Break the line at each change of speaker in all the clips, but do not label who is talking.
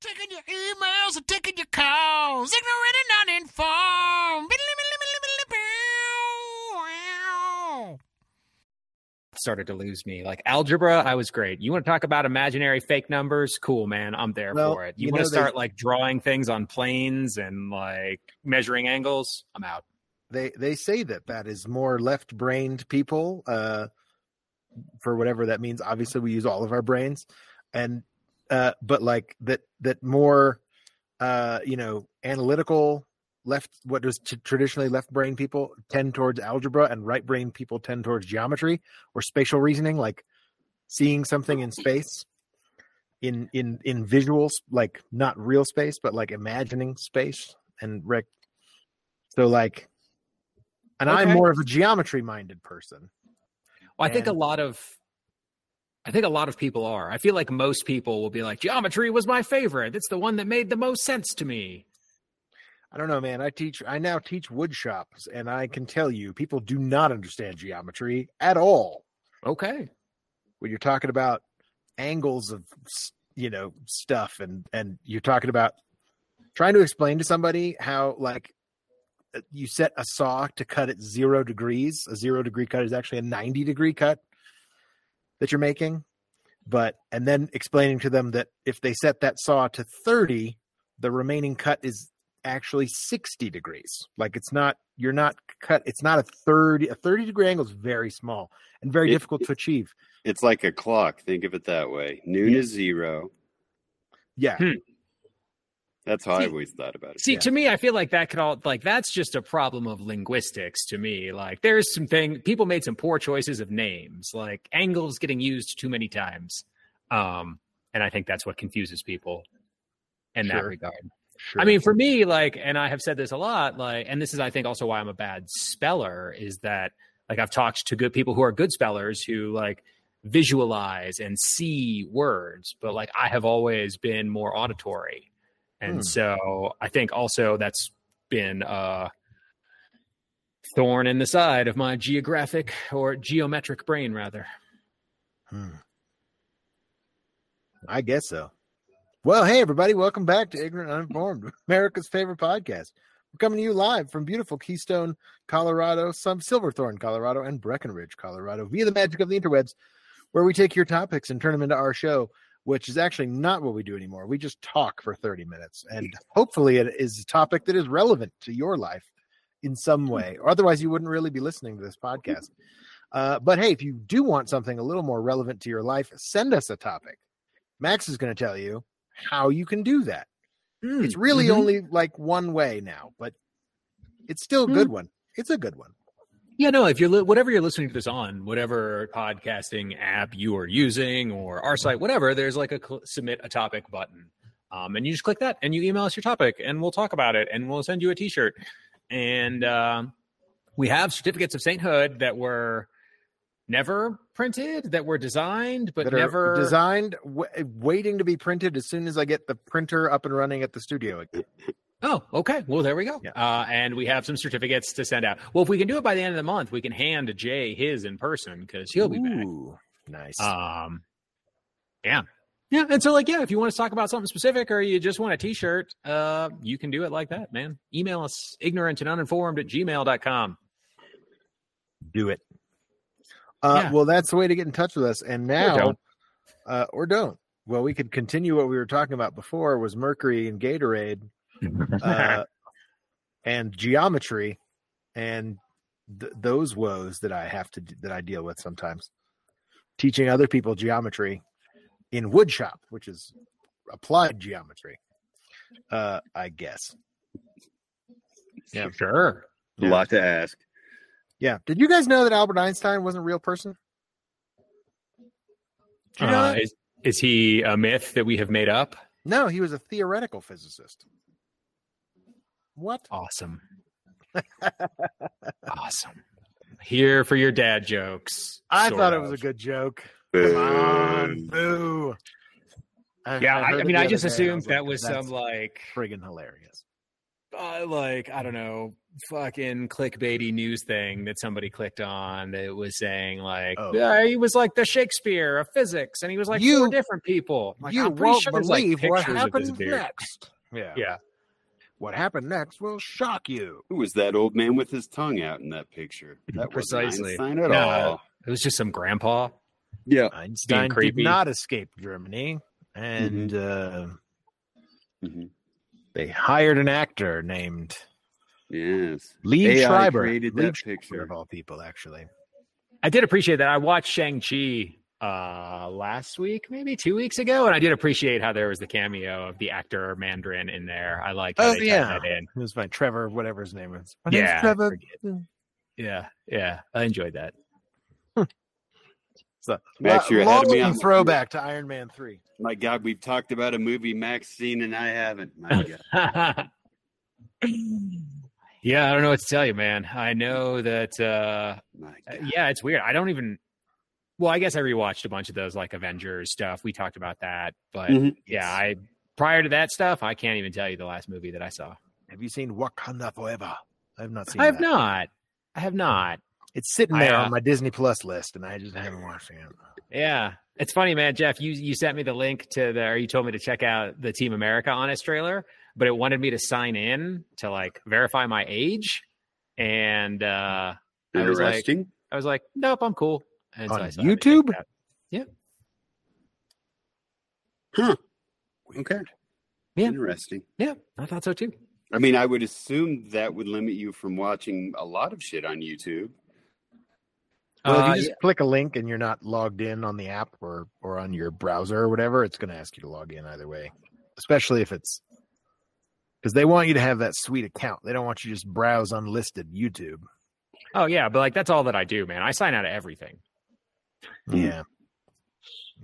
Taking your emails and taking your calls. Ignorant and uninformed.
started to lose me. Like algebra, I was great. You want to talk about imaginary fake numbers? Cool, man. I'm there
Well,
for it. You,
you
want
know
to
they-
start like drawing things on planes and like measuring angles? I'm out.
They they say that that is more left-brained people, uh, for whatever that means. Obviously, we use all of our brains, and uh, but like that that more, uh, you know, analytical left what does t- traditionally left-brain people tend towards algebra, and right-brain people tend towards geometry or spatial reasoning, like seeing something in space. In in in visuals, like not real space, but like imagining space and rec- So like, and I'm
Okay.
more of a geometry minded person.
Well, I think a
And-
lot of I think a lot of people are. I feel like most people will be like, geometry was my favorite. It's the one that made the most sense to me.
I don't know, man. I teach. I now teach wood shops, and I can tell you, people do not understand geometry at all.
Okay.
When you're talking about angles of, s- you know, stuff, and and you're talking about trying to explain to somebody how like uh, you set a saw to cut at zero degrees. A zero degree cut is actually a ninety degree cut that you're making. But and then explaining to them that if they set that saw to thirty, the remaining cut is actually 60 degrees like it's not you're not cut it's not a 30 a 30 degree angle is very small and very
It-
difficult to achieve
It's like a clock. Think of it that way. Noon is zero.
yeah
Hmm.
That's how I
See-
always thought about it.
See,
Yeah.
to me, I feel like that could all like that's just a problem of linguistics to me. Like there's some thing people made some poor choices of names, like angles getting used too many times. Um, and I think that's what confuses people in that
Sure.
regard.
sure.
I mean, for me, like, and I have said this a lot, like, and this is, I think, also why I'm a bad speller is that, like, I've talked to good people who are good spellers who, like, visualize and see words, but, like, I have always been more auditory. And
Hmm.
so I think also that's been a thorn in the side of my geographic or geometric brain, rather.
Hmm. I guess so. Well, hey everybody, welcome back to Ignorant Uninformed, America's favorite podcast. We're coming to you live from beautiful Keystone, Colorado, some Silverthorne, Colorado, and Breckenridge, Colorado, via the magic of the interwebs, where we take your topics and turn them into our show, which is actually not what we do anymore. We just talk for 30 minutes, and hopefully it is a topic that is relevant to your life in some way. Or otherwise you wouldn't really be listening to this podcast. Uh, but hey, if you do want something a little more relevant to your life, send us a topic. Max is going to tell you how you can do that. Hmm. It's really
Mhm.
only like one way now, but it's still a
Hmm.
good one. It's a good one.
Yeah, no, if you're li- whatever you're listening to this on, whatever podcasting app you are using or our site, whatever, there's like a cl- submit a topic button. Um, and you just click that and you email us your topic and we'll talk about it and we'll send you a t shirt. And um we have certificates of sainthood that were never printed, that were designed, but
that
never.
are designed, w- waiting to be printed as soon as I get the printer up and running at the studio. again.
Oh, okay. Well, there we go.
Yeah.
Uh, and we have some certificates to send out. Well, if we can do it by the end of the month, we can hand Jay his in person because he'll be back.
Ooh, nice.
Um, yeah, yeah. And so, like, yeah, if you want us to talk about something specific or you just want a T-shirt, uh, you can do it like that, man. Email us ignorant and uninformed at gmail.com.
do it. Uh,
Yeah.
Well, that's the way to get in touch with us. And now,
don't.
Uh, or don't. Well, we could continue what we were talking about before was Mercury and Gatorade, uh, and geometry, and th- those woes that I have to that I deal with sometimes. Teaching other people geometry in woodshop, which is applied geometry, uh, I guess.
Yeah, sure.
A lot to ask.
Yeah. Did you guys know that Albert Einstein wasn't a real person? Did you know
Uh,
that?
is, is he a myth that we have made up?
No, he was a theoretical physicist. What?
Awesome. awesome. Here for your dad jokes.
I
sort
thought it
of.
was a good joke.
Boo.
Come on, boo.
Yeah, I,
heard
I
it
mean,
the
I
other
just
day and I
assumed that
like,
was
"That's
some like
friggin' hilarious.
uh, like I don't know fucking clickbaity news thing that somebody clicked on that was saying like
Oh.
"Yeah, he was like the Shakespeare of physics, and he was like
You-
four different people. I'm like,
you
I'm pretty
won't
sure there's, like,
believe what
pictures of this
happened
dude.
next. Yeah.
Yeah,
What happened next will shock you.
Who was that old man with his tongue out in that picture? That wasn't
Precisely.
Einstein at
No.
all.
it was just some grandpa.
Yeah.
Einstein did
creepy.
not escape Germany, and
Mm-hmm.
uh,
Mhm.
they hired an actor named
Yes.
Lee
AI
Schreiber.
created
Lee
that
Schreiber,
picture.
of all people, actually.
I did appreciate that. I watched Shang Chi uh last week maybe two weeks ago and i did appreciate how there was the cameo of the actor mandarin in there i liked how
Oh,
they tied
yeah.
that in
It was by Trevor, whatever his name is. My
yeah
name's
I
Trevor.
forget. yeah yeah i enjoyed that
Max, you're ahead of me.
Longing
on-
throwback to Iron Man Three.
My God, we've talked about a movie Max seen and I haven't. My God.
yeah, I don't know what to tell you, man. I know that. Uh,
My God.
yeah, it's weird. I don't even. Well, I guess I rewatched a bunch of those like Avengers stuff. We talked about that, but
Mhm.
yeah, I prior to that stuff, I can't even tell you the last movie that I saw.
Have you seen Wakanda Forever? I have not seen.
I have
that.
not. I have not.
It's sitting
I,
there
uh,
on my Disney Plus list, and I just haven't watched it.
Yeah, it's funny, man. Jeff, you you sent me the link to the, or you told me to check out the Team America Honest trailer, but it wanted me to sign in to like verify my age, and uh I was like-
Interesting.
I was like, nope, I'm cool. And
On
I decided to
YouTube?
check it out.
Weird.
Okay.
Yeah.
Interesting.
Yeah, I thought so too.
I mean, I would assume that would limit you from watching a lot of shit on YouTube.
Well, if
Uh,
you just click a link and you're not logged in on the app or or on your browser or whatever, it's going to ask you to log in either way. Especially if it's because they want you to have that sweet account. They don't want you to just browse unlisted YouTube.
oh yeah, but like that's all that I do, man. I sign out of everything
Mm.
Yeah,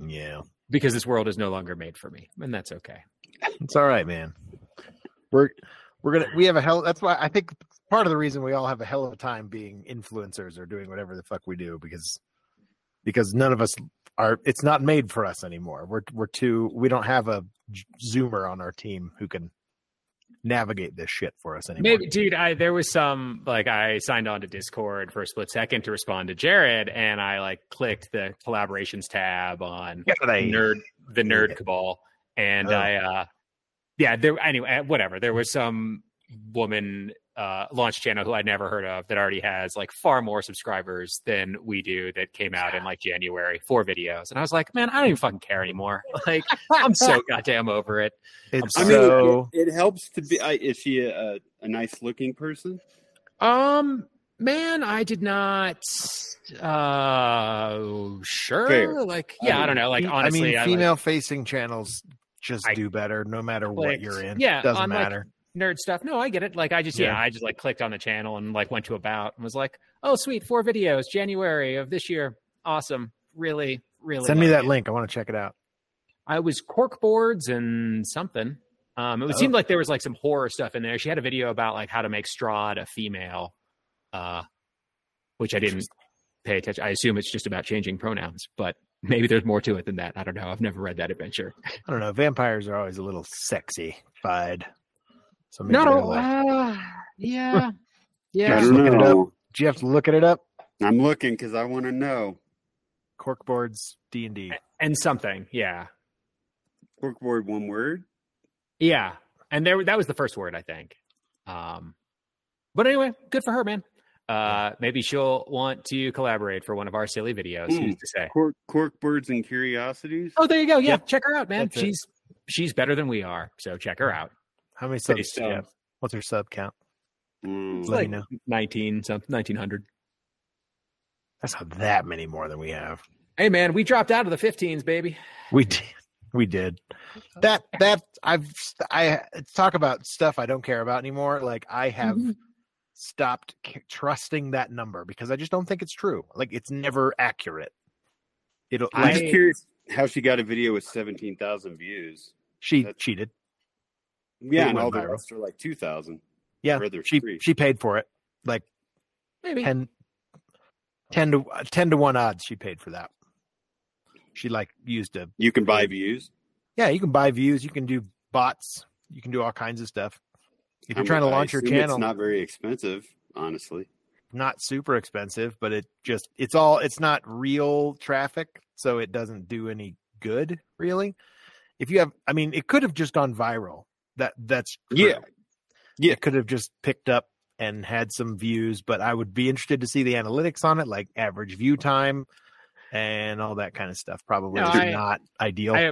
yeah,
because this world is no longer made for me, and that's okay.
it's all right, man. We're we're gonna we have a hell. That's why I think part of the reason we all have a hell of a time being influencers or doing whatever the fuck we do because because none of us are. It's not made for us anymore. We're we're too. We don't have a j- zoomer on our team who can navigate this shit for us anymore.
Maybe, dude. I there was some like I signed on to Discord for a split second to respond to Jared, and I like clicked the collaborations tab on
Get
the
they-
nerd the nerd
Yeah.
cabal, and
Oh.
I uh yeah there anyway uh, whatever there was some woman uh launch channel who I'd never heard of that already has like far more subscribers than we do that came out in like January for videos, and I was like, man, I don't even fucking care anymore. Like I'm so goddamn over it.
It's
I mean,
so
it, it helps to be. I, is she a, a nice looking person?
Um, man, I did not. Uh, sure.
Fair.
Like, yeah, I,
mean,
don't know. Like,
fe-
honestly,
I
I,
mean, female facing channels just
I
do better no matter what
clicked-
you're in.
yeah,
doesn't
on, like,
matter.
like, nerd stuff. No, I get it. Like, I just, yeah.
Yeah.
I just like clicked on the channel and like went to about and was like, oh, sweet, four videos, January of this year. Awesome. Really, really.
Send me
like
that
it.
link. I want to check it out.
I was cork boards and something. Um, it
Oh.
seemed like there was like some horror stuff in there. She had a video about like how to make Strahd a female, uh, which I didn't pay attention. I assume it's just about changing pronouns, but maybe there's more to it than that. I don't know. I've never read that adventure.
I don't know. Vampires are always a little sexy fied. So maybe
Not
they're
all.
like-
Uh, yeah,
I
yeah.
Just
don't
looking it
know.
Do you have to look at it up?
I'm looking because I want to know.
Corkboards D and D.
and something. Yeah,
Corkboard, one word.
yeah. And there, that was the first word I think. Um, but anyway, good for her, man. Uh, maybe she'll want to collaborate for one of our silly videos.
Mm.
Who's to say?
Cork, corkboards and curiosities.
Oh, there you go. Yeah,
Yep.
check her out, man.
That's it.
she's she's better than we are, so check her out.
How many
Pretty
subs? do you
soon.
have? What's her sub count?
Mm.
Let
like-
me know.
Nineteen something, nineteen hundred.
That's not that many more than we have.
Hey, man, we dropped out of the 15s, baby.
We did. We did. That that I've st- I it's talk about stuff I don't care about anymore. Like I have
Mm-hmm.
stopped c- trusting that number because I just don't think it's true. Like it's never accurate. It'll.
I'm
Like,
just
I-
curious how she got a video with 17,000 views.
she
that's-
cheated.
Yeah, and
went
all the
viral.
rest are like 2,000.
Yeah,
Or they're
she
free.
she paid for it. Like
Maybe.
10, 10 to uh, 10 to 1 odds she paid for that she like used a
You can buy views.
yeah you can buy views you can do bots you can do all kinds of stuff If
I'm-
you're trying to
I
launch your
assume
channel,
it's
not...
not very expensive, honestly.
super expensive, but it just it's all it's not real traffic, so it doesn't do any good really. If you have, I mean, it could have just gone viral. That that's true.
Yeah. Yeah.
It could have just picked up and had some views, but I would be interested to see the analytics on it, like average view time and all that kind of stuff. Probably
No,
is
I-
not ideal.
I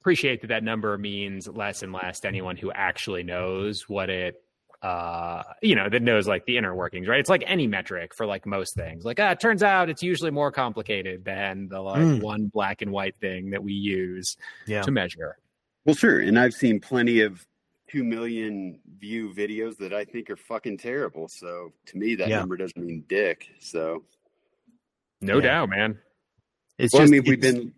appreciate that that number means less and less to anyone who actually knows what it uh you know that knows like the inner workings right it's like any metric for like most things like ah it turns out it's usually more complicated than the like
Mm.
one black and white thing that we use
yeah.
to measure
Well, sure. And I've seen plenty of two million view videos that I think are fucking terrible. So to me, that
Yeah.
number doesn't mean dick. So
no
Yeah.
doubt man
It's
well,
just
I mean, we've
it's-
been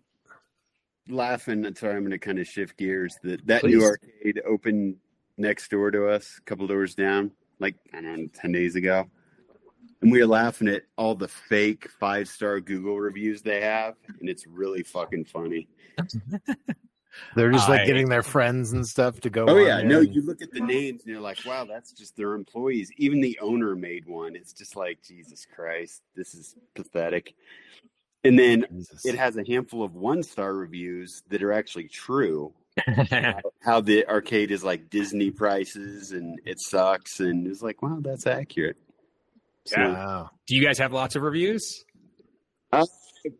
laughing. Sorry, I'm going to kind of shift gears. That that
Please.
new arcade opened next door to us, a couple doors down, like I don't know, ten days ago, and we were laughing at all the fake five star Google reviews they have, and it's really fucking funny.
They're just like
I-
getting their friends and stuff to go.
Oh
on
yeah,
there
no,
and-
you look at the names and you're like, wow, that's just their employees. Even the owner made one. It's just like Jesus Christ, this is pathetic. And then
Jesus.
it has a handful of one star reviews that are actually true. How the arcade is like Disney prices and it sucks, and it's like, wow, that's accurate. So,
Yeah.
Wow.
do you guys have lots of reviews
uh,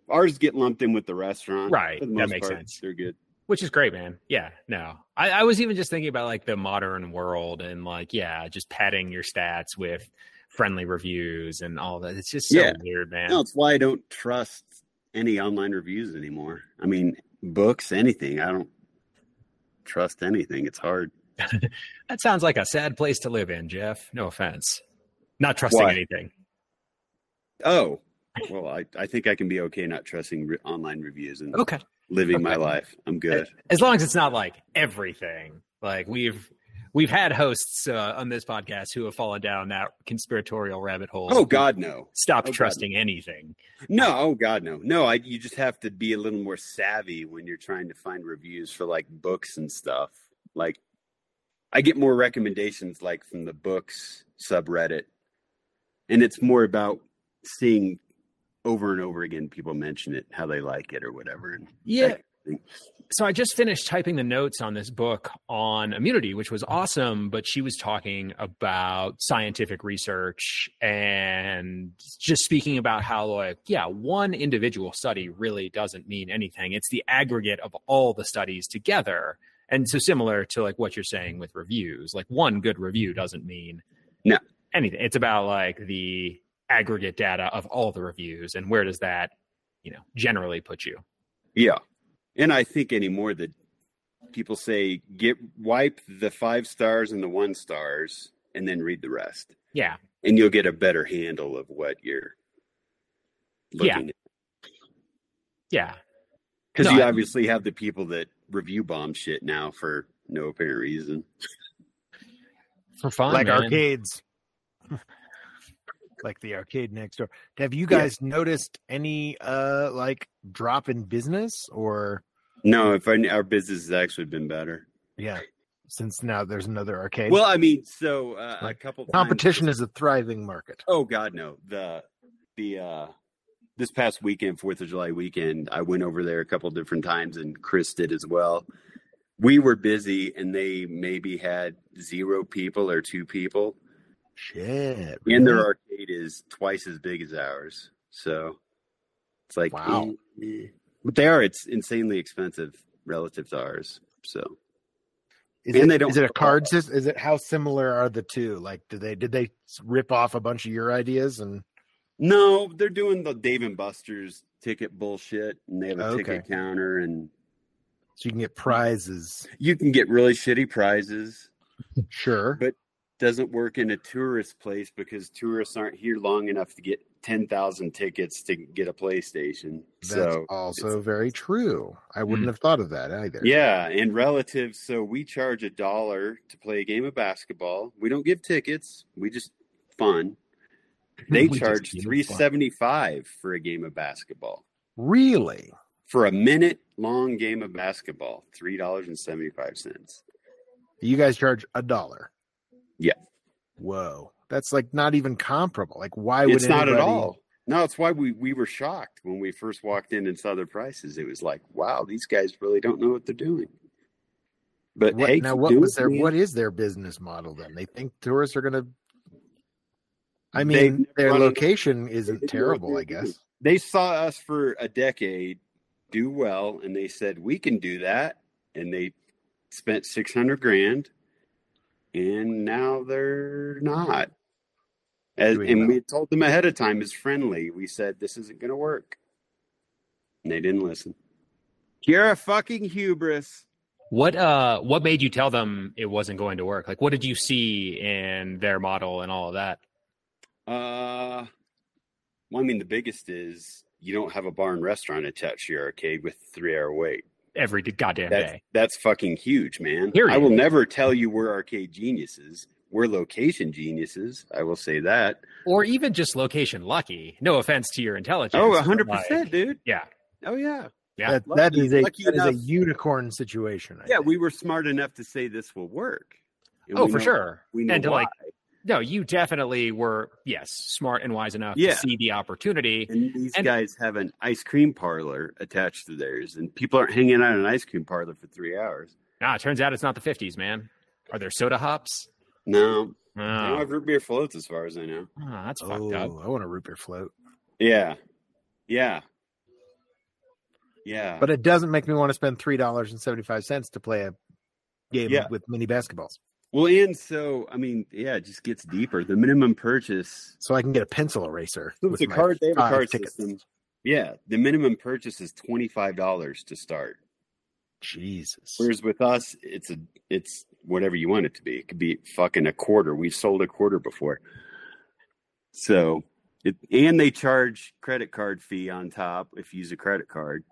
ours get lumped in with the restaurant,
Right,
For the
that
most
makes
part,
sense.
They're good.
which is great man yeah no I, I was even just thinking about like the modern world and like yeah just padding your stats with friendly reviews and all that it's just so
Yeah.
weird man
No, it's why I don't trust any online reviews anymore. I mean, books, anything. I don't trust anything. It's hard.
that sounds like a sad place to live in jeff no offense not trusting
Why?
anything
Oh, well, I, I think I can be okay not trusting re- online reviews and
okay
living my
Oh, Okay.
life. I'm good.
as long as it's not like everything like we've we've had hosts uh, on this podcast who have fallen down that conspiratorial rabbit hole
Oh, God, no.
stop
Oh, God.
trusting anything
No, oh God, no, no. I you just have to be a little more savvy when you're trying to find reviews for like books and stuff. Like, I get more recommendations like from the books subreddit, and it's more about seeing over and over again people mention it, how they like it or whatever. And
yeah so I just finished typing the notes on this book on immunity, which was awesome. But she was talking about scientific research and just speaking about how, like, yeah, one individual study really doesn't mean anything. It's the aggregate of all the studies together. And so, similar to like what you're saying with reviews, like one good review doesn't mean
No.
anything. It's about like the aggregate data of all the reviews and where does that, you know, generally put you.
Yeah. And I think anymore that people say get wipe the five stars and the one stars and then read the rest.
Yeah.
and you'll get a better handle of what you're
Yeah.
looking at.
Yeah.
Because
No,
you
I-
obviously have the people that review bomb shit now for no apparent reason.
for fun,
like
man.
arcades. like the arcade next door. Have you
Yeah.
guys noticed any uh like drop in business or
No, if I, our business has actually been better.
yeah, since now there's another arcade?
Well, I mean, so uh,
Like,
a couple
competition
times,
is a thriving market.
Oh God, no the the uh this past weekend, Fourth of July weekend, I went over there a couple different times, and Chris did as well. We were busy, and they maybe had zero people or two people.
Shit.
and their
really?
arcade is twice as big as ours. So it's like,
Wow.
eh, eh. but they are. It's insanely expensive relative to ours. So
is
and
it,
they don't-
is it a card system? Is it how similar are the two? Like did they did they rip off a bunch of your ideas and
no, they're doing the Dave and Buster's ticket bullshit, and they have a
Okay.
ticket counter, and
so you can get prizes?
you can get really shitty prizes.
Sure.
But- Doesn't work in a tourist place because tourists aren't here long enough to get ten thousand tickets to get a PlayStation.
That's
so Hmm.
also very true. I wouldn't have thought of that either.
Yeah, and relative. So we charge a dollar to play a game of basketball. We don't give tickets. We just fun. They
We just
charge
give
three
a fuck.
seventy five for a game of basketball
Really?
for a minute long game of basketball. Three dollars and seventy five cents.
You guys charge a dollar.
Yeah.
Whoa. That's like not even comparable. Like why would
it's not at
anybody-
all. No, it's why we we were shocked when we first walked in and saw their prices. It was like, wow, these guys really don't know what they're doing. But
What,
hey,
now
keep
what
doing
was
it,
their
man.
what is their business model then? They think tourists are going to I
They've
mean,
never
their
run into-
location isn't
didn't know
terrible,
what
I
they were
guess.
They saw us for a decade do well, and they said we can do that, and they spent six hundred grand, and now they're not. As,
Doing
and
well.
we told them ahead of time as friendly. We said this isn't going to work, and they didn't listen. You're a fucking hubris.
What uh what made you tell them it wasn't going to work? Like what did you see in their model and all of that?
Uh, well, I mean, the biggest is you don't have a bar and restaurant attached to your arcade with three hour wait.
Every d- goddamn
That's
day.
that's fucking huge, man.
Period.
I will never tell you we're arcade geniuses. We're location geniuses. I will say that.
Or even just location lucky. No offense to your intelligence.
Oh,
but,
hundred
like,
percent, dude.
Yeah.
Oh yeah,
Yeah.
That,
Lucky-
that is a
lucky
that is a
enough-
unicorn situation. I
yeah.
think.
We were smart enough to say this will work. And
Oh,
we
for
know-
sure.
We know
and to
why.
like no, you definitely were yes, smart and wise enough
Yeah.
to see the opportunity.
And these
and-
guys have an ice cream parlor attached to theirs, and people aren't hanging out in an ice cream parlor for three hours.
Ah, it turns out it's not the fifties, man. Are there soda hops?
No,
Oh,
I don't have root beer floats as far as I know.
Ah, that's
Oh,
fucked up.
I want a root beer float.
Yeah. Yeah. Yeah.
But it doesn't make me want to spend three dollars and seventy five cents to play a game
Yeah.
with mini basketballs.
well, and so I mean, yeah, it just gets deeper. The minimum purchase
So I can get a pencil eraser.
with the
my
card they have a
five
card
tickets.
system. Yeah. The minimum purchase is twenty five dollars to start.
Jesus.
Whereas with us, it's a it's whatever you want it to be. It could be fucking a quarter. We've sold a quarter before. So it and they charge credit card fee on top if you use a credit card.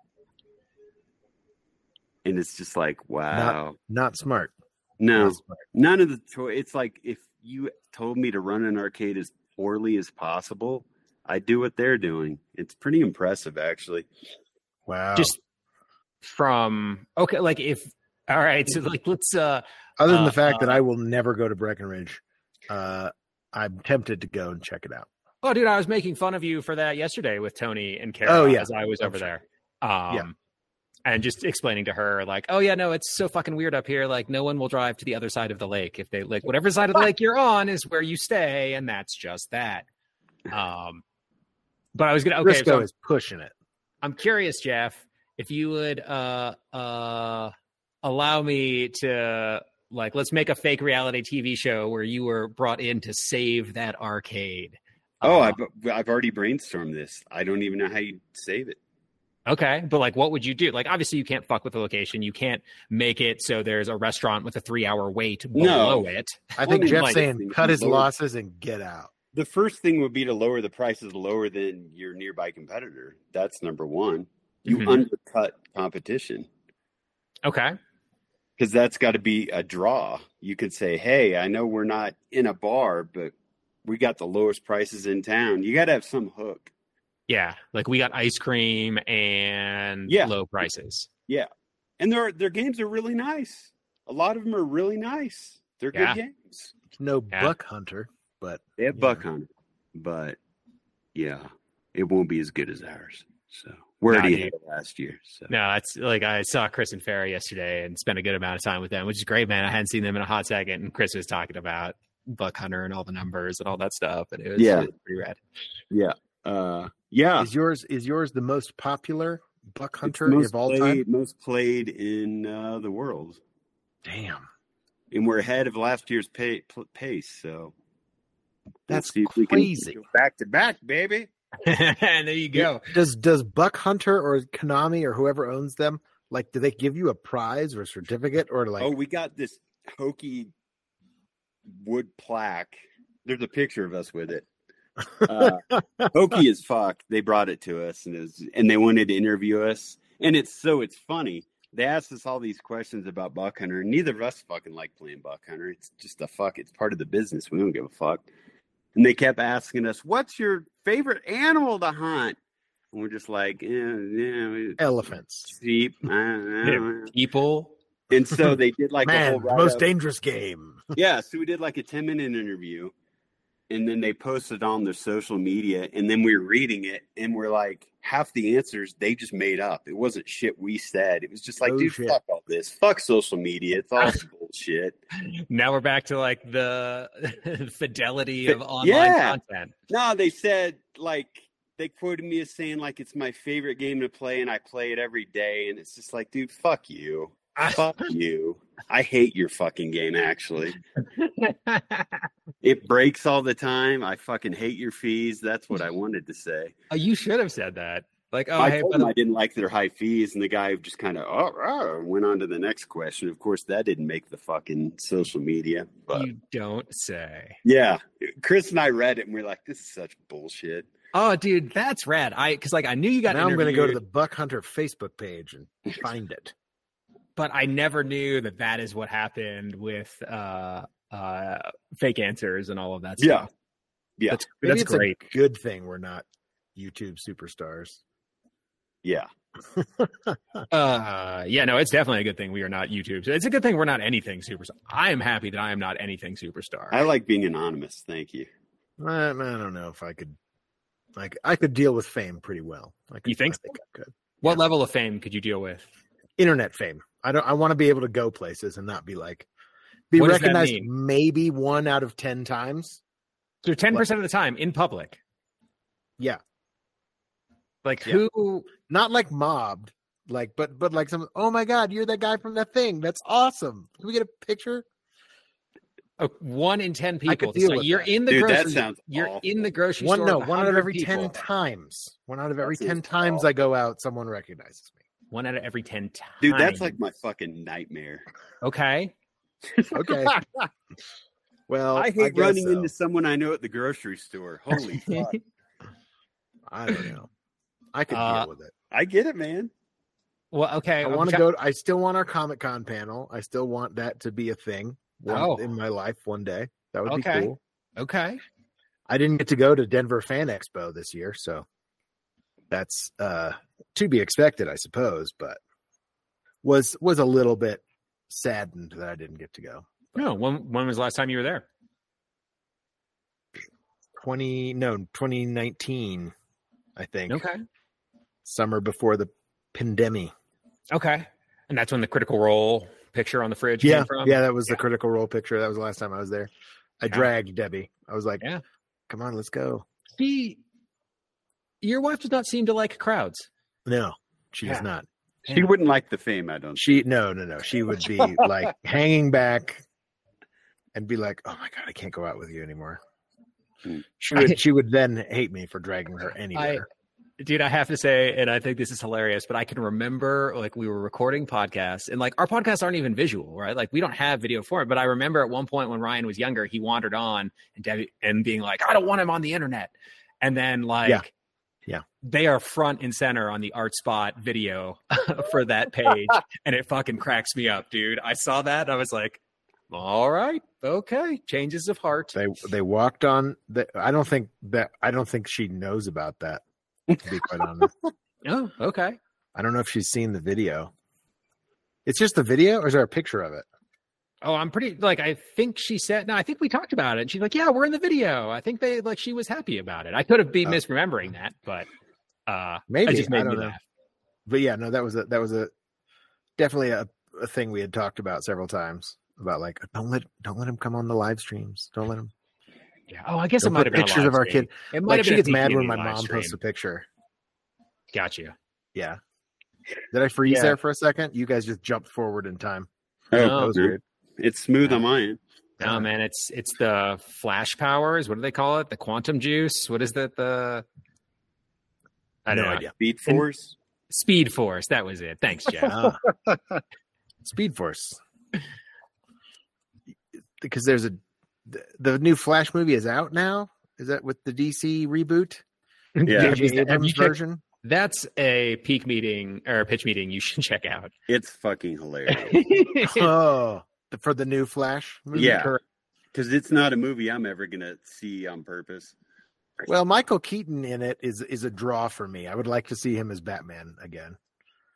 And it's just like, wow.
Not smart.
no.
Not smart.
None of the choice. It's like if you told me to run an arcade as poorly as possible, I do what they're doing. It's pretty impressive, actually.
Wow.
Just from okay, like if all right, so like let's uh
other than
uh,
the fact that I will never go to Breckenridge, uh, I'm tempted to go and check it out.
Oh, dude, I was making fun of you for that yesterday with Tony and Kara.
Oh, yeah.
as I was
I'm
over
sure.
there. Um, and just explaining to her like, oh yeah, no, it's so fucking weird up here. Like, no one will drive to the other side of the lake if they like whatever side of the lake you're on is where you stay, and that's just that. Um, but I was gonna okay,
Briscoe
so I'm,
is pushing it.
I'm curious, Jeff, if you would uh uh allow me to like let's make a fake reality TV show where you were brought in to save that arcade. Uh,
Oh, I've, I've already brainstormed this. I don't even know how you save it.
Okay, but like, what would you do? Like, obviously, you can't fuck with the location. You can't make it so there's a restaurant with a three-hour wait below it.
I
Well,
think
I mean,
Jeff's
like-
saying cut his
Lower-
losses and get out.
The first thing would be to lower the prices lower than your nearby competitor. That's number one. You
Mhm.
undercut competition.
Okay,
because that's got to be a draw. You could say, "Hey, I know we're not in a bar, but we got the lowest prices in town." You got to have some hook.
yeah, like we got ice cream and
Yeah.
low prices.
And their their games are really nice. A lot of them are really nice. They're good
Yeah.
games.
No
Yeah.
buck hunter, but
They have
Yeah.
buck hunting, but yeah, it won't be as good as ours. So we're
Nah,
already
dude.
ahead of last year. So
No, that's like I saw Chris and Farrah yesterday and spent a good amount of time with them, which is great, man. I hadn't seen them in a hot second, and Chris was talking about Buck Hunter and all the numbers and all that stuff, and it was,
Yeah.
it was pretty rad.
uh, yeah,
is yours is yours the most popular buck
It's
hunter
most
of all time?
played, most played in uh, the world,
Damn.
and we're ahead of last year's pay, pl- pace. So
That's
see if we can
crazy.
go Back to back, baby.
and there you go.
Does does Buck Hunter or Konami or whoever owns them like do they give you a prize or a certificate or like
oh, we got this hokey wood plaque. There's a picture of us with it. Uh, hokey as fuck. They brought it to us, and it was, and they wanted to interview us. And it's so it's funny. They asked us all these questions about buck hunter, and neither of us fucking like playing buck hunter. It's just a fuck. It's part of the business. We don't give a fuck. And they kept asking us, "What's your favorite animal to hunt?" And we're just like, "Eh, "Yeah, yeah, we-
elephants?
sheep. I don't know.
People
And so they did like a
Man,
whole
the
write
most dangerous game.
yeah, so we did like a 10 minute interview and then they posted on their social media and then we were reading it and we're like half the answers they just made up. It wasn't shit we said. It was just like,
Oh,
dude,
shit.
fuck all this. Fuck social media. It's all bullshit.
Now we're back to like the fidelity of online
Yeah.
content.
No, they said like they quoted me as saying like it's my favorite game to play and I play it every day and it's just like, dude, fuck you. Fuck you. I hate your fucking game actually. It breaks all the time. I fucking hate your fees. That's what I wanted to say.
Oh, you should have said that. Like, oh,
I
hey,
told
by
him
the
I didn't like their high fees, and the guy just kind of oh, rah, went on to the next question. Of course, that didn't make the fucking social media, but
you don't say.
yeah, Chris and I read it, and we are like, this is such bullshit.
Oh, dude, that's rad. I because like I knew you got.
now I'm going to go to
interviewed,
the Buck Hunter Facebook page and find it.
but I never knew that that is what happened with uh uh fake answers and all of that.
Yeah.
stuff.
Yeah.
that's,
Maybe
that's
it's
great.
a good thing we're not YouTube superstars.
Yeah,
Uh, yeah, no, it's definitely a good thing we are not YouTube. It's a good thing we're not anything superstar. I am happy that I am not anything superstar.
I like being anonymous. Thank you.
I, I don't know if I could. Like I could deal with fame pretty well. I could,
You think
I think I could.
what
yeah.
level of fame could you deal with?
Internet fame. I don't. I want to be able to go places and not be like be
What does that
recognized
mean?
maybe one out of ten times.
So ten percent of the time in public.
Yeah.
Like
Yeah.
who?
Not like mobbed. Like but but like some. Oh my God, you're that guy from that thing. That's awesome. Can we get a picture?
oh, one in ten
could
people.
deal
So
with
you're
that.
in the
Dude, that
grocery.
sounds
you're
awful.
in the grocery
One
store.
no.
with
One out of
100
every ten
people.
times. One out of every
That
ten
seems
times
awful.
I go out, someone recognizes me.
One out of every ten times.
Dude, that's like my fucking nightmare.
okay.
Okay. well,
I hate
guess
running
so.
into someone I know at the grocery store. Holy fuck.
I don't know. I could
Uh,
deal with it.
I get it, man.
Well, okay.
I
I'm
want to
try-
go. I still want our Comic Con panel. I still want that to be a thing one,
Oh.
in my life one day. That would
Okay.
be cool.
Okay.
I didn't get to go to Denver Fan Expo this year, so that's uh to be expected, I suppose. But was was a little bit saddened that I didn't get to go.
No. When when was the last time you were there?
Twenty no, twenty nineteen, I think.
Okay.
Summer before the pandemic.
Okay. And that's when the critical role picture on the fridge
yeah,
came from.
yeah, that was
Yeah.
the critical role picture. That was the last time I was there. I
Yeah.
dragged Debbie. I was like,
Yeah.
"Come on, let's go."
She, your wife does not seem to like crowds.
No, she
Yeah.
does not.
She wouldn't like the fame, I don't
She no, no, no. She would be like hanging back and be like, "Oh my god, I can't go out with you anymore."
Hmm.
She
I-
would. She would then hate me for dragging her anywhere.
Dude, I have to say, and I think this is hilarious, but I can remember like we were recording podcasts and like our podcasts aren't even visual, right? Like we don't have video for it. But I remember at one point when Ryan was younger, he wandered on and Debbie and being like, I don't want him on the internet. And then like
Yeah. Yeah.
They are front and center on the art spot video for that page. and it fucking cracks me up, dude. I saw that. and I was like, all right, okay. Changes of heart.
They they walked on. The, I don't think that. I don't think she knows about that. To be quite honest,
Oh, okay.
I don't know if she's seen the video. It's just the video, or is there a picture of it?
Oh, I'm pretty like I think she said no, I think we talked about it. And she's like, Yeah, we're in the video. I think they like she was happy about it. I could have been
Oh.
misremembering that, but uh
Maybe
it just
I
made me
don't know.
laugh.
but yeah, no, that was a that was a definitely a, a thing we had talked about several times about like don't let don't let him come on the live streams. Don't let him.
Yeah. Oh, I guess it
Don't put
might have been a
pictures
live
of our
stream.
kid.
It might
Like
have
she
been
gets
a
mad when
PG&E
my
live
mom
stream.
posts a picture.
Got you.
Yeah. Did I freeze
Yeah.
there for a second? You guys just jumped forward in time.
know.
No,
That was
no.
weird.
It's smooth on my end.
Oh man, it's it's the flash powers. What do they call it? The quantum juice. What is that? The I don't
no
know.
idea.
Beat Force.
Speed force. That was it. Thanks, Jeff.
Ah. Speed Force. Because there's a the, the new Flash movie is out now. Is that with the DC reboot?
Yeah.
Have you
J.J. Abrams
checked-
version.
That's a peak meeting or a pitch meeting you should check out.
It's fucking hilarious.
Oh, the, for the new Flash movie.
Yeah. because it's not a movie I'm ever gonna see on purpose.
Well, Michael Keaton in it is is a draw for me. I would like to see him as Batman again.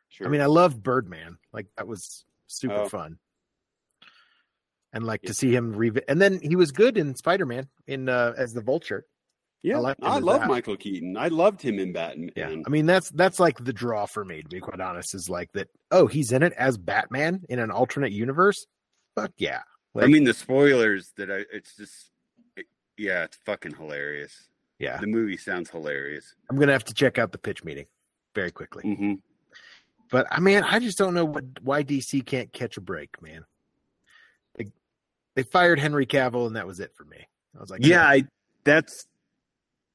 Sure.
I mean, I love Birdman. Like that was Super
Oh.
fun. And like to see him re and then he was good in Spider Man in uh, as the Vulture.
Yeah,
I
I,
liked him as
love
that.
Michael Keaton. I loved him in Batman.
Yeah, I mean that's that's like the draw for me to be quite honest. Is like that. Oh, he's in it as Batman in an alternate universe. Fuck yeah!
I mean the spoilers that I. It's just, it, yeah, it's fucking hilarious.
Yeah,
The movie sounds hilarious.
I'm gonna have to check out the pitch meeting very quickly.
hmm
But I mean, I just don't know what why DC can't catch a break, man. They, they fired Henry Cavill, and that was it for me. I was like,
yeah, I, that's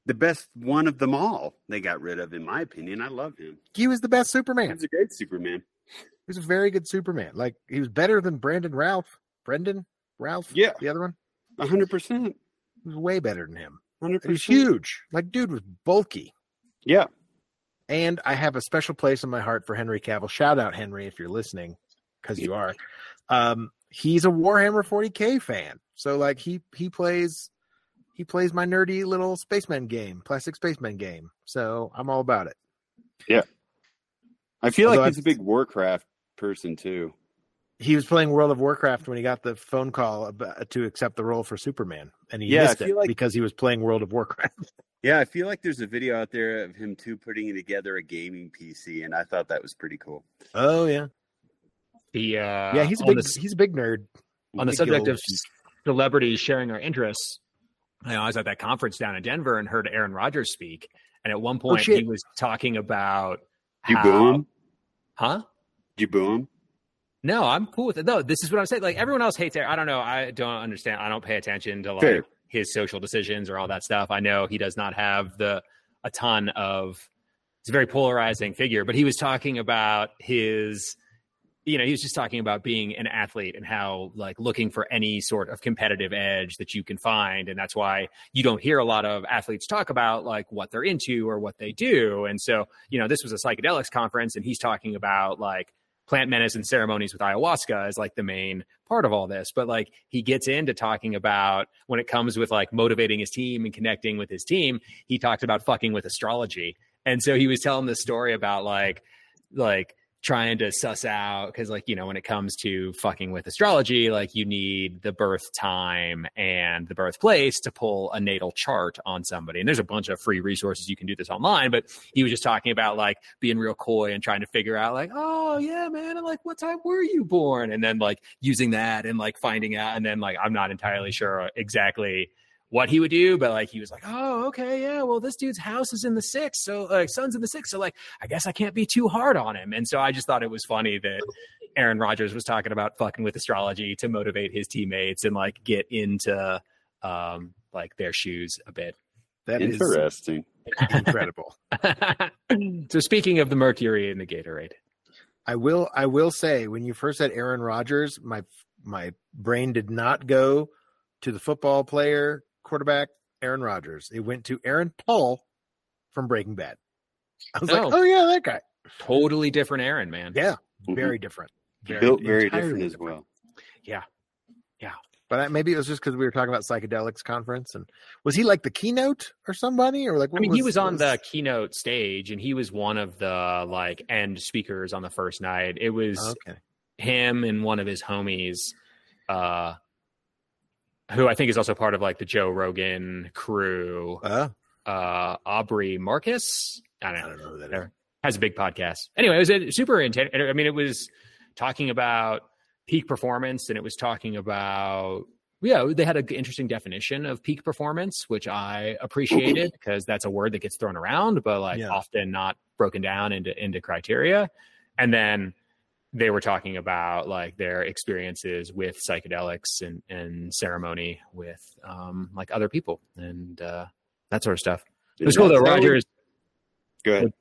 the best one of them all. They got rid of, in my opinion. I love him.
he was the best Superman.
He's a great Superman.
He was a very good Superman. Like he was better than Brandon Ralph. Brendan Ralph.
Yeah.
the other one
A hundred percent.
he was way better than him.
Hundred
He was
percent.
huge. Like dude was bulky.
Yeah.
And I have a special place in my heart for Henry Cavill. Shout out Henry if you're listening, because you are. Um, he's a Warhammer 40k fan, so like he he plays he plays my nerdy little spaceman game, plastic spaceman game. So I'm all about it.
I feel like
Although
he's a big Warcraft person too.
He was playing World of Warcraft when he got the phone call about, to accept the role for Superman, and he
Yeah, I
missed it
feel like-
because he was playing World of Warcraft.
Yeah, I feel like there's a video out there of him too putting together a gaming PC, and I thought that was pretty cool.
Oh yeah,
The uh,
yeah. He's a
on
big
the,
he's a big nerd.
on the
big
subject
old-
of celebrities sharing our interests. You know, I was at that conference down in Denver and heard Aaron Rodgers speak, and at one point
Oh, shit.
he was talking about
You
how-
boo him?
huh?
You boo him?
No, I'm cool with it. No, this is what I'm saying. Like everyone else hates Aaron. I don't know. I don't understand. I don't pay attention to like
Fair.
his social decisions or all that stuff. I know he does not have the a ton of. It's a very polarizing figure, but he was talking about his. You know, he was just talking about being an athlete and how like looking for any sort of competitive edge that you can find, and that's why you don't hear a lot of athletes talk about like what they're into or what they do. And so, you know, this was a psychedelics conference, and he's talking about like plant menace and ceremonies with ayahuasca is like the main part of all this but like he gets into talking about when it comes with like motivating his team and connecting with his team he talks about fucking with astrology and so he was telling this story about like like trying to suss out because like you know when it comes to fucking with astrology like you need the birth time and the birthplace to pull a natal chart on somebody and there's a bunch of free resources you can do this online but he was just talking about like being real coy and trying to figure out like oh yeah man and like what time were you born and then like using that and like finding out and then like i'm not entirely sure exactly what he would do but like he was like oh okay yeah well this dude's house is in the six so like sun's in the six so like i guess i can't be too hard on him and so i just thought it was funny that aaron Rodgers was talking about fucking with astrology to motivate his teammates and like get into um like their shoes a bit
That is
Interesting.
incredible.
so speaking of the mercury in the Gatorade,
I will I will say when you first said Aaron Rodgers, my my brain did not go to the football player quarterback Aaron Rodgers. It went to Aaron Paul from Breaking Bad. I was like,
Oh.
oh yeah, that guy.
totally different Aaron, man.
Yeah,
Mm-hmm.
Mhm.
very different.
Built very
entirely
different as well.
But I, maybe it was just because we were talking about psychedelics conference, and was he like the keynote or somebody, or like?
I
what
mean, he was
what
on the keynote stage, and he was one of the like end speakers on the first night. It was
Okay.
him and one of his homies, uh, who I think is also part of like the Joe Rogan crew.
Uh,
Uh, Aubrey Marcus, I
I
don't know,
don't know who that is.
Whatever. has a big podcast. Anyway, it was a super intense. I mean, it was talking about peak performance, and it was talking about yeah, they had an interesting definition of peak performance, which I appreciated because that's a word that gets thrown around, but like
Yeah.
often not broken down into into criteria. And then they were talking about like their experiences with psychedelics and and ceremony with um like other people and uh that sort of stuff. It was cool though.
That's how we-
Rogers
Go ahead.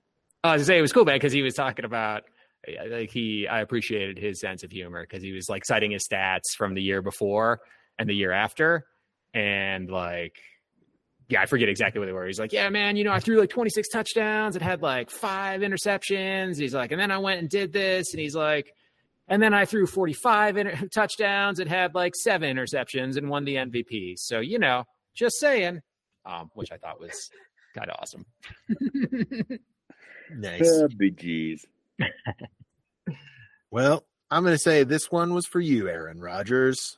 I was gonna say it was cool, man, because he was talking about yeah, like he. I appreciated his sense of humor because he was like citing his stats from the year before and the year after, and like. Yeah, I forget exactly what they were. He's like, "Yeah, man, you know, I threw like 26 touchdowns. It had like five interceptions." He's like, "And then I went and did this." And he's like, "And then I threw 45 inter- touchdowns. It had like seven interceptions and won the MVP." So you know, just saying, um, which I thought was kind of awesome.
Nice.
Uh, big G's.
Well, I'm going to say this one was for you, Aaron Rodgers.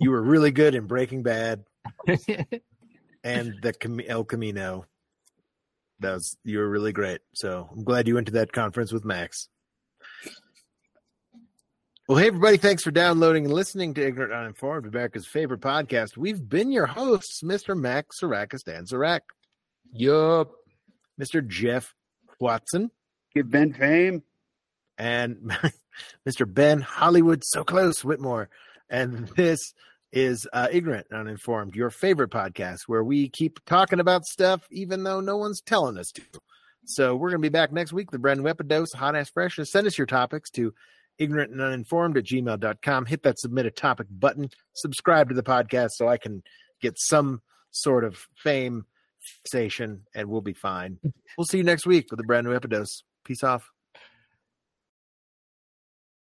You were really good in Breaking Bad and the Cam- El Camino. That was you were really great. So I'm glad you went to that conference with Max. Well, hey everybody! Thanks for downloading and listening to Ignorant Uninformed, America's favorite podcast. We've been your hosts, Mr. Max Sarakis Dan Sarak,
Yup.
Mr. Jeff Watson,
Get Ben Fame.
and Mr. Ben Hollywood so close Whitmore. And this is uh, Ignorant and Uninformed, your favorite podcast where we keep talking about stuff even though no one's telling us to. So we're going to be back next week with Brandon Wepidos, Hot Ass Freshness. Send us your topics to ignorant and uninformed at gmail.com. Hit that submit a topic button. Subscribe to the podcast so I can get some sort of fame station and we'll be fine. We'll see you next week with a brand new Epidos. Peace off.